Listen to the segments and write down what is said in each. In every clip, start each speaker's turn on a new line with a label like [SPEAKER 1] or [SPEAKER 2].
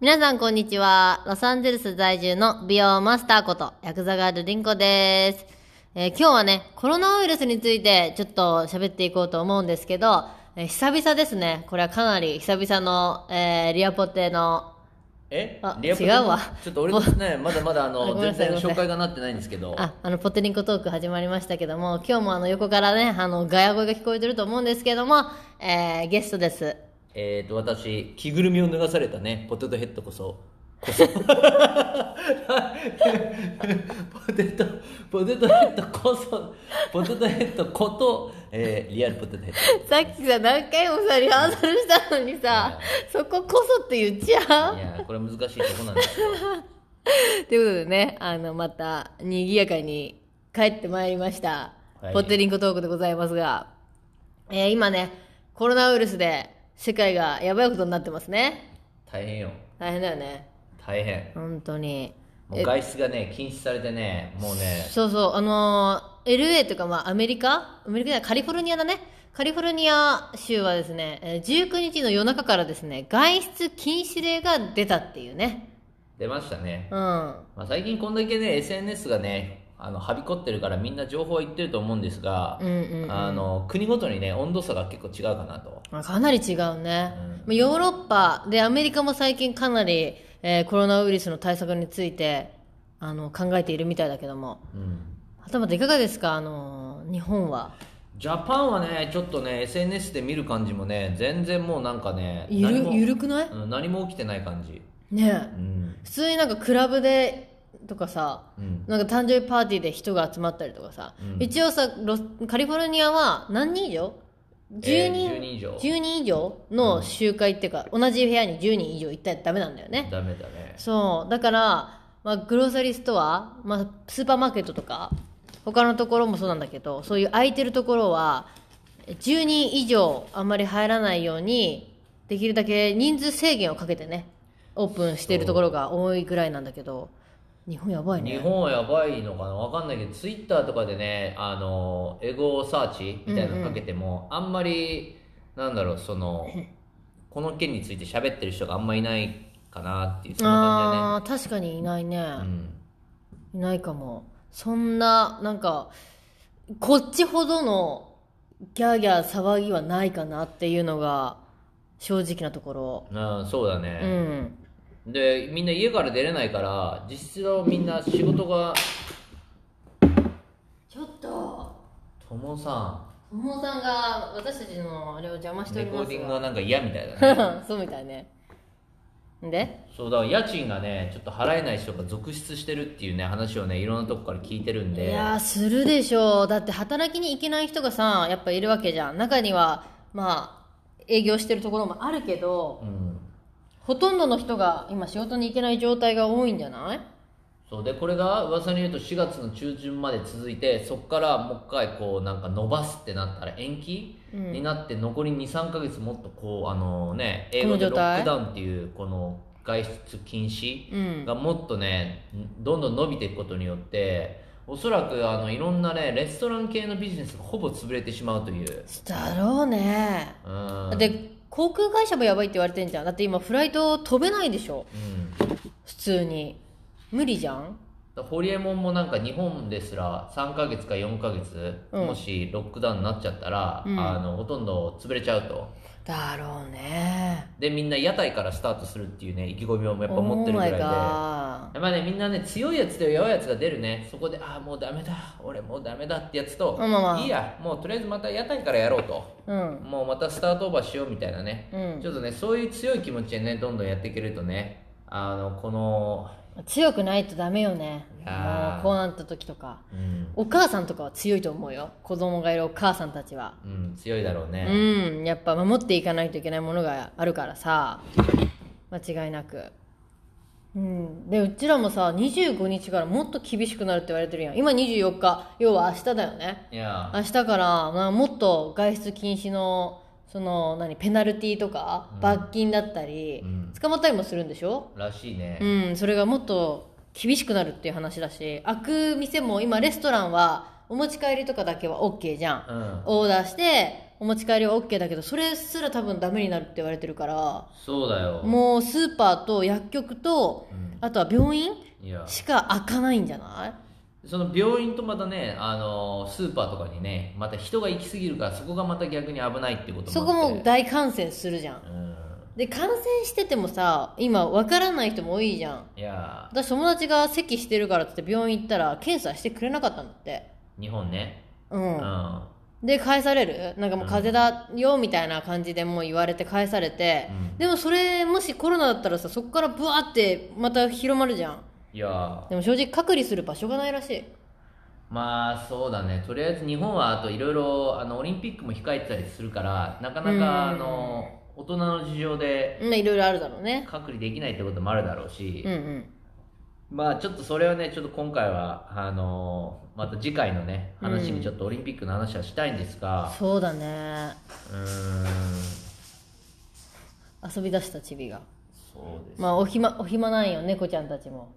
[SPEAKER 1] 皆さんこんにちは。ロサンゼルス在住の美容マスターこと、ヤクザガールリンコです。えー今日はね、コロナウイルスについてちょっと喋っていこうと思うんですけど、えー久々ですね。これはかなり久々の、えーリアポテの、
[SPEAKER 2] え
[SPEAKER 1] あ
[SPEAKER 2] リアクシ
[SPEAKER 1] 違
[SPEAKER 2] ョン
[SPEAKER 1] うわ
[SPEAKER 2] ちょっと俺ですねまだまだあ
[SPEAKER 1] あご
[SPEAKER 2] の
[SPEAKER 1] めんな
[SPEAKER 2] 全
[SPEAKER 1] さい
[SPEAKER 2] 然紹介がなってないんですけど
[SPEAKER 1] あ、あの、ポテリンコトーク始まりましたけども、今日もあの、横からね、あの、ガヤ声が聞こえてると思うんですけども、えーゲストです。
[SPEAKER 2] えっ、と私着ぐるみを脱がされたねポテトヘッド こそこそポテトポテトヘッドこそポテトヘッドこと、えーリアルポテトヘ ッ
[SPEAKER 1] さっきさ、何回もさ、リハーサルしたのにさ、そここそって言っちゃう
[SPEAKER 2] ドいやーこれ難しいとこなんですよ
[SPEAKER 1] ということでね、あの、また、賑やかに帰ってまいりました。
[SPEAKER 2] はい
[SPEAKER 1] ポッテリンコトークでございますが、えー今ね、コロナウイルスで世界がやばいことになってますね。
[SPEAKER 2] 大変よ
[SPEAKER 1] 大変だよね。
[SPEAKER 2] 大変
[SPEAKER 1] 本当に。
[SPEAKER 2] もう外出がね禁止されてねもうね
[SPEAKER 1] そうそう、あのー LA とか、まあ、アメリカアメリカじゃない、カリフォルニアだね。カリフォルニア州はですね、えー19日の夜中からですね、外出禁止令が出たっていうね。
[SPEAKER 2] 出ましたね
[SPEAKER 1] うん。
[SPEAKER 2] まあ、最近こんだけね SNS がねあのはびこってるからみんな情報は言ってると思うんですが、
[SPEAKER 1] うんうんうん
[SPEAKER 2] あの国ごとにね温度差が結構違うかなと
[SPEAKER 1] あかなり違うね、まあヨーロッパでアメリカも最近かなり、えーコロナウイルスの対策についてあの考えているみたいだけども
[SPEAKER 2] うん
[SPEAKER 1] はたまたいかがですかあのー日本は
[SPEAKER 2] ジャパンはねちょっとね SNS で見る感じもね全然もうなんかね
[SPEAKER 1] ゆ
[SPEAKER 2] 何
[SPEAKER 1] る
[SPEAKER 2] も
[SPEAKER 1] ゆるくない
[SPEAKER 2] うん、何も起きてない感じ
[SPEAKER 1] ね
[SPEAKER 2] う
[SPEAKER 1] え
[SPEAKER 2] ん、
[SPEAKER 1] 普通になんかクラブでとかさ
[SPEAKER 2] うん、
[SPEAKER 1] なんか誕生日パーティーで人が集まったりとかさ、
[SPEAKER 2] うん
[SPEAKER 1] 一応さロスカリフォルニアは何人以上
[SPEAKER 2] えー
[SPEAKER 1] ?10 人,、
[SPEAKER 2] 10人以上
[SPEAKER 1] 10人以上の集会っていうか、同じ部屋に10人以上行ったらダメなんだよね
[SPEAKER 2] ダメだね
[SPEAKER 1] そうだから、まあ、グローサリーストア、まあ、スーパーマーケットとか他のところもそうなんだけどそういう空いてるところは10人以上あんまり入らないようにできるだけ人数制限をかけてねオープンしているところが多いぐらいなんだけど日本やばいね
[SPEAKER 2] 日本はやばいのかなわかんないけどツイッターとかでねあのエゴサーチみたいなのかけても、あんまりなんだろうそのこの件について喋ってる人があんまいないかなっていうそんな
[SPEAKER 1] あー確かにいないね、
[SPEAKER 2] 感じだね、
[SPEAKER 1] いないかもそんななんかこっちほどのギャーギャー騒ぎはないかなっていうのが正直なところ
[SPEAKER 2] うん、うん、そうだ
[SPEAKER 1] う
[SPEAKER 2] ね、
[SPEAKER 1] ん、
[SPEAKER 2] でみんな家から出れないから実質はみんな仕事が
[SPEAKER 1] ちょっと
[SPEAKER 2] 友さ
[SPEAKER 1] おもさんが私たちのあれを邪魔し
[SPEAKER 2] ん
[SPEAKER 1] てお
[SPEAKER 2] レ
[SPEAKER 1] り
[SPEAKER 2] コ
[SPEAKER 1] ま
[SPEAKER 2] ーデ
[SPEAKER 1] す
[SPEAKER 2] ィングは
[SPEAKER 1] が
[SPEAKER 2] なんか嫌みたいだね
[SPEAKER 1] そうみたいねで
[SPEAKER 2] そうだから家賃がねちょっと払えない人が続出してるっていうね話をねいろんなとこから聞いてるん
[SPEAKER 1] い
[SPEAKER 2] で
[SPEAKER 1] やーするでしょうだって働きに行けない人がさやっぱいるわけじゃん中にはまあ営業してるところもあるけど
[SPEAKER 2] うん
[SPEAKER 1] ほとんどの人が今仕事に行けない状態が多いんじゃない
[SPEAKER 2] そうでこれが噂に言うと4月の中旬まで続いてそこからもう一回こうなんか伸ばすってなったら延期、
[SPEAKER 1] うん
[SPEAKER 2] になって残り23か月もっとこうあのね英語
[SPEAKER 1] この
[SPEAKER 2] で
[SPEAKER 1] 状
[SPEAKER 2] ロ
[SPEAKER 1] 態
[SPEAKER 2] ックダウンっていうこの外出禁止
[SPEAKER 1] うん
[SPEAKER 2] がもっとねどんどん伸びていくことによっておそらくあのいろんなねレストラン系のビジネスがほぼ潰れてしまうという
[SPEAKER 1] だろうね
[SPEAKER 2] うん
[SPEAKER 1] で航空会社もやばいって言われてんじゃんだって今フライト飛べないでしょ
[SPEAKER 2] うん
[SPEAKER 1] 普通に無理じゃん
[SPEAKER 2] だホリエモンもなんか日本ですら3ヶ月か4ヶ月、
[SPEAKER 1] うん
[SPEAKER 2] もしロックダウンになっちゃったら、
[SPEAKER 1] うん
[SPEAKER 2] あのほとんど潰れちゃうと
[SPEAKER 1] だろうね
[SPEAKER 2] でみんな屋台からスタートするっていうね意気込みをやっぱ持ってるぐらいで
[SPEAKER 1] Oh my god
[SPEAKER 2] やっぱねみんなね強いやつと弱いやつが出るねそこでああもうダメだ俺もうダメだってやつと、
[SPEAKER 1] まあまあまあ
[SPEAKER 2] いいやもうとりあえずまた屋台からやろうと
[SPEAKER 1] うん
[SPEAKER 2] もうまたスタートオーバーしようみたいなね、
[SPEAKER 1] うん
[SPEAKER 2] ちょっとねそういう強い気持ちでねどんどんやっていけるとねあのこの、
[SPEAKER 1] 強くないとダメよね
[SPEAKER 2] い
[SPEAKER 1] も
[SPEAKER 2] や
[SPEAKER 1] う
[SPEAKER 2] ー
[SPEAKER 1] こうなった時とか
[SPEAKER 2] うん
[SPEAKER 1] お母さんとかは強いと思うよ子供がいるお母さんたちは
[SPEAKER 2] うん、強いだろうね、
[SPEAKER 1] うんやっぱ守っていかないといけないものがあるからさ間違いなくうんでうちらもさ25日からもっと厳しくなるって言われてるやん今24日要は明日だよね
[SPEAKER 2] いや
[SPEAKER 1] 明日から、まあ、もっと外出禁止のその何ペナルティーとか罰金だったり、
[SPEAKER 2] うん
[SPEAKER 1] 捕まったりもするんでしょ
[SPEAKER 2] らしいね、
[SPEAKER 1] うん、それがもっと厳しくなるっていう話だし開く店も今レストランはお持ち帰りとかだけは OK じゃん。
[SPEAKER 2] うん
[SPEAKER 1] オーダーして、お持ち帰りは OK だけど、それすら多分ダメになるって言われてるから、
[SPEAKER 2] そうだよ
[SPEAKER 1] もうスーパーと薬局と、
[SPEAKER 2] うん
[SPEAKER 1] あとは病院
[SPEAKER 2] いや
[SPEAKER 1] しか開かないんじゃない
[SPEAKER 2] その病院とまたねあのスーパーとかにねまた人が行き過ぎるからそこがまた逆に危ないってこともあって
[SPEAKER 1] そこも大感染するじゃん。
[SPEAKER 2] うん
[SPEAKER 1] で、感染しててもさ、今わからない人も多いじゃん。
[SPEAKER 2] いや
[SPEAKER 1] 私友達が咳してるからって言って病院行ったら検査してくれなかったんだって。
[SPEAKER 2] 日本ね
[SPEAKER 1] う。
[SPEAKER 2] うんん
[SPEAKER 1] で返されるなんかもう風邪だよみたいな感じでもう言われて返されて、
[SPEAKER 2] うん
[SPEAKER 1] でもそれもしコロナだったらさそこからブワーってまた広まるじゃん
[SPEAKER 2] いや
[SPEAKER 1] でも正直隔離する場所がないらしい
[SPEAKER 2] まあそうだねとりあえず日本はあといろいろあのオリンピックも控えてたりするからなかなかあ
[SPEAKER 1] うん
[SPEAKER 2] の大人の事情で
[SPEAKER 1] うんいろいろあるだろうね
[SPEAKER 2] 隔離できないってこともあるだろうし
[SPEAKER 1] うんうん
[SPEAKER 2] まあちょっとそれはねちょっと今回はあのまた次回のね話にちょっとオリンピックの話はしたいんですが
[SPEAKER 1] そうだね
[SPEAKER 2] うーん
[SPEAKER 1] 遊び出したチビが
[SPEAKER 2] そうです
[SPEAKER 1] まあお暇お暇ないよ猫ちゃんたちも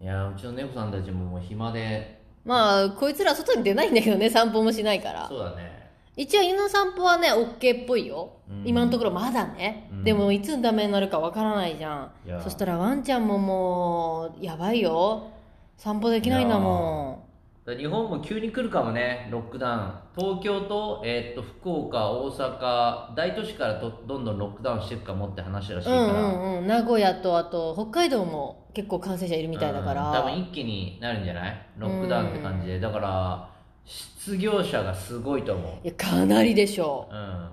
[SPEAKER 2] いやうちの猫さんたちももう暇で
[SPEAKER 1] まあこいつら外に出ないんだけどね散歩もしないから
[SPEAKER 2] そうだね
[SPEAKER 1] 一応犬の散歩はね OK っぽいよ、
[SPEAKER 2] うん
[SPEAKER 1] 今のところまだね、
[SPEAKER 2] うん
[SPEAKER 1] でもいつダメになるかわからないじゃ
[SPEAKER 2] いや
[SPEAKER 1] んそしたらワンちゃんももうやばいよ散歩できないんだも
[SPEAKER 2] だから日本も急に来るかもねロックダウン東京と,、えーっと福岡大阪大都市からとどんどんロックダウンしていくかもって話らしいうか
[SPEAKER 1] ん
[SPEAKER 2] ら、
[SPEAKER 1] うんうん名古屋とあと北海道も結構感染者いるみたいだから、
[SPEAKER 2] うん多分一気になるんじゃないロックダウンって感じで、だから失業者がすごいと思う
[SPEAKER 1] いやかなりでしょ
[SPEAKER 2] うん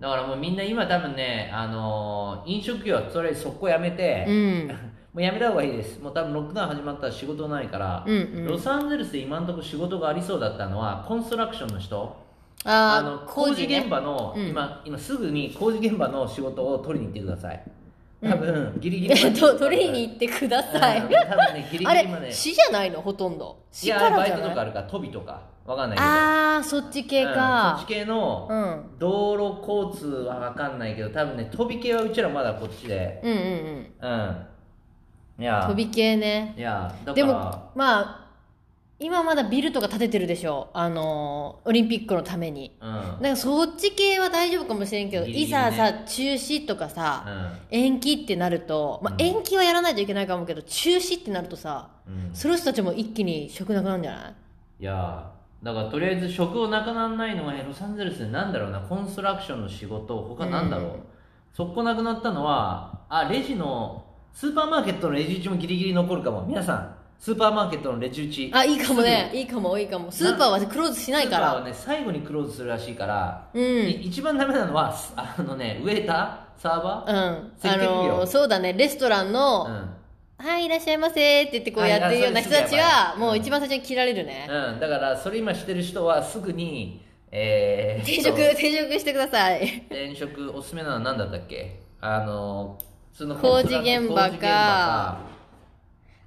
[SPEAKER 2] だからもうみんな今多分ね、あのー飲食業はそれそこやめて、
[SPEAKER 1] う、うん、
[SPEAKER 2] もうやめた方がいいですもう多分ロックダウン始まったら仕事ないから、
[SPEAKER 1] うんう
[SPEAKER 2] ロ
[SPEAKER 1] ん
[SPEAKER 2] サンゼルスで今のところ仕事がありそうだったのはコンストラクションの人
[SPEAKER 1] あ
[SPEAKER 2] あの工事現
[SPEAKER 1] 場
[SPEAKER 2] 場の、
[SPEAKER 1] うん
[SPEAKER 2] 今今すぐに工事現場の仕事を取りに行ってください多分、ギリギリま で
[SPEAKER 1] と取りに行ってください、
[SPEAKER 2] うん多分ねギリギ
[SPEAKER 1] あ
[SPEAKER 2] リまで
[SPEAKER 1] れ市じゃないのほとんど
[SPEAKER 2] い
[SPEAKER 1] 市か
[SPEAKER 2] や
[SPEAKER 1] ら
[SPEAKER 2] バ
[SPEAKER 1] じ
[SPEAKER 2] イ
[SPEAKER 1] ゃ
[SPEAKER 2] トとか
[SPEAKER 1] な
[SPEAKER 2] あ
[SPEAKER 1] い
[SPEAKER 2] るから飛びとかわかんないけど
[SPEAKER 1] ああーそっち系
[SPEAKER 2] うんそっ
[SPEAKER 1] か
[SPEAKER 2] ち系の
[SPEAKER 1] うん
[SPEAKER 2] 道路交通はわかんないけど多分ね飛び系はうちらまだこっちで
[SPEAKER 1] うんうんうん
[SPEAKER 2] うんいや
[SPEAKER 1] 飛び系ね
[SPEAKER 2] いやだから
[SPEAKER 1] でもまあ今まだビルとか建ててるでしょあのーオリンピックのために
[SPEAKER 2] うん、う
[SPEAKER 1] だ
[SPEAKER 2] ん
[SPEAKER 1] からそっち系は大丈夫かもしれんけど、
[SPEAKER 2] ギリギリ
[SPEAKER 1] い
[SPEAKER 2] ね
[SPEAKER 1] ざさ中止とかさ、延期ってなると、まあ、
[SPEAKER 2] うん
[SPEAKER 1] 延期はやらないといけないかもけど中止ってなるとさ
[SPEAKER 2] うん、
[SPEAKER 1] その人たちも一気に食なくなるんじゃない
[SPEAKER 2] いやーだからとりあえず職をなくならないのがえロサンゼルスでなんだろうなコンストラクションの仕事他なんだろう、
[SPEAKER 1] うん
[SPEAKER 2] そこなくなったのはあレジのスーパーマーケットのレジ打ちもギリギリ残るかも皆さんスーパーマーケットのレジ打ち
[SPEAKER 1] あいいかもねいいかもいいかもスーパーはクローズしないか
[SPEAKER 2] スーパ
[SPEAKER 1] ら
[SPEAKER 2] ーはね最後にクローズするらしいから、
[SPEAKER 1] うんうん
[SPEAKER 2] い一番ダメなのはすあのねウェイターサーバー、
[SPEAKER 1] あ
[SPEAKER 2] 接客業
[SPEAKER 1] のーそうだねレストランの、
[SPEAKER 2] うん
[SPEAKER 1] はい、いらっしゃいませって言ってこうやってるような人たち
[SPEAKER 2] あいやそれすぐやば
[SPEAKER 1] は、
[SPEAKER 2] い
[SPEAKER 1] もう一番最初に切られるね。
[SPEAKER 2] うん、だからそれ今してる人はすぐに、えー、
[SPEAKER 1] 転職、転職してください。
[SPEAKER 2] 転職おすすめなのは何だったっけあのその
[SPEAKER 1] 工事現場か
[SPEAKER 2] 工事現場か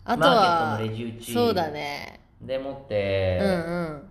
[SPEAKER 1] あとは
[SPEAKER 2] マーケットのレジ打ち
[SPEAKER 1] そうだね。
[SPEAKER 2] でもって、
[SPEAKER 1] うんうん。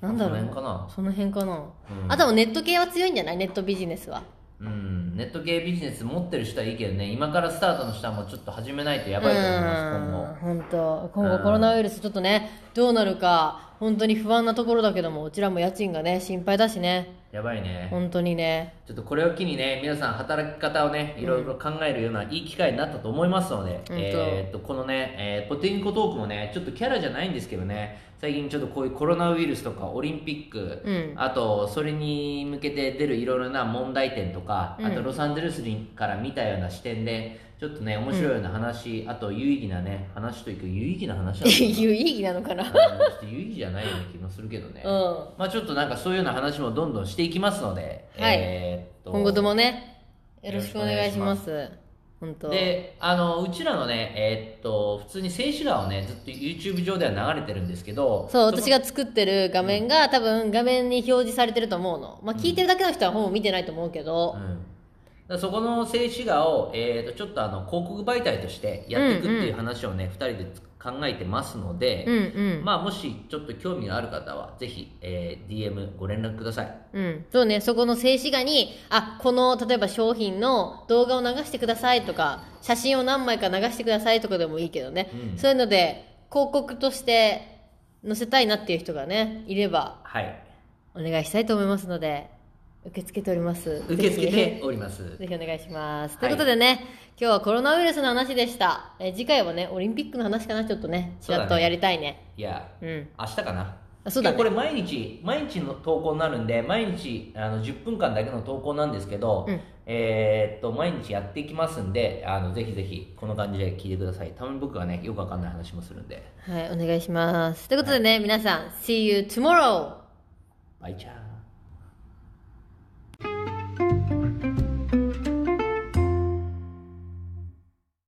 [SPEAKER 1] なんだろ
[SPEAKER 2] その辺か
[SPEAKER 1] う。
[SPEAKER 2] な
[SPEAKER 1] その辺かな。
[SPEAKER 2] うん
[SPEAKER 1] あとはネット系は強いんじゃないネットビジネスは。
[SPEAKER 2] うんネット系ビジネス持ってる人はいいけどね今からスタートの人はもうちょっと始めないとやばいと思います今後
[SPEAKER 1] うん、本当。今
[SPEAKER 2] う
[SPEAKER 1] 後
[SPEAKER 2] ん
[SPEAKER 1] コロナウイルスちょっとね、どうなるか、本当に不安なところだけども、うちらも家賃がね、心配だしね。
[SPEAKER 2] やばいね
[SPEAKER 1] 本当にね。
[SPEAKER 2] ちょっとこれを機にね皆さん働き方をねいろいろ考えるようないい機会になったと思いますので、
[SPEAKER 1] 当
[SPEAKER 2] えーっとこのね、えーポテンコトークもねちょっとキャラじゃないんですけどね最近ちょっとこういうコロナウイルスとかオリンピック、
[SPEAKER 1] うん
[SPEAKER 2] あとそれに向けて出るいろいろな問題点とか、
[SPEAKER 1] うん
[SPEAKER 2] あとロサンゼルスから見たような視点でちょっとね面白いような話、あと有意義なね話というか有意義な話な のかな
[SPEAKER 1] 有意義なのかな。
[SPEAKER 2] うんちょっと有意義じゃないような気もするけどね、
[SPEAKER 1] うん。
[SPEAKER 2] まあちょっとなんかそういうような話もどんどんしていきますので、
[SPEAKER 1] はい
[SPEAKER 2] えーっと
[SPEAKER 1] 今後ともね、よろしくお願いしま
[SPEAKER 2] よ
[SPEAKER 1] す。本当。
[SPEAKER 2] であのうちらのねえーっと普通に静止画をねずっと YouTube 上では流れてるんですけど
[SPEAKER 1] そう、
[SPEAKER 2] こ
[SPEAKER 1] 私が作ってる画面が、多分画面に表示されてると思うの。まあ、聞いてるだけの人は本を見てないと思うけど
[SPEAKER 2] う、ん、だからそこの静止画を、えー、とちょっとあの広告媒体としてやっていくっていう話をね、二人で考えてますので、
[SPEAKER 1] うんうん。
[SPEAKER 2] まあもしちょっと興味のある方はぜひ、えー DM ご連絡ください
[SPEAKER 1] うん。そうね、そこの静止画に、あ、この、例えば商品の動画を流してくださいとか、写真を何枚か流してくださいとかでもいいけどね。
[SPEAKER 2] うん
[SPEAKER 1] そういうので、広告として、載せたいなっていう人がね、いれば
[SPEAKER 2] はい。
[SPEAKER 1] お願いしたいと思いますので、受け付けております。
[SPEAKER 2] 受け付け
[SPEAKER 1] ぜ
[SPEAKER 2] ております。
[SPEAKER 1] ひ。ぜひお願いします。
[SPEAKER 2] はい
[SPEAKER 1] ということでね、今日はコロナウイルスの話でした。えー次回はね、オリンピックの話かな、ちょっとね、ちらっ
[SPEAKER 2] そうだ
[SPEAKER 1] と
[SPEAKER 2] ね
[SPEAKER 1] やりたいね。
[SPEAKER 2] いや、
[SPEAKER 1] うん。
[SPEAKER 2] 明日かな。
[SPEAKER 1] あそうだね
[SPEAKER 2] 今日これ毎日、毎日の投稿になるんで、毎日あの10分間だけの投稿なんですけど、
[SPEAKER 1] うん
[SPEAKER 2] えーっと、毎日やっていきますんで、あのぜひぜひ、この感じで聞いてください。多分僕がね、よくわかんない話もするんで。
[SPEAKER 1] はい、お願いします。ということでね、皆さん、See you tomorrow!
[SPEAKER 2] バイチャー。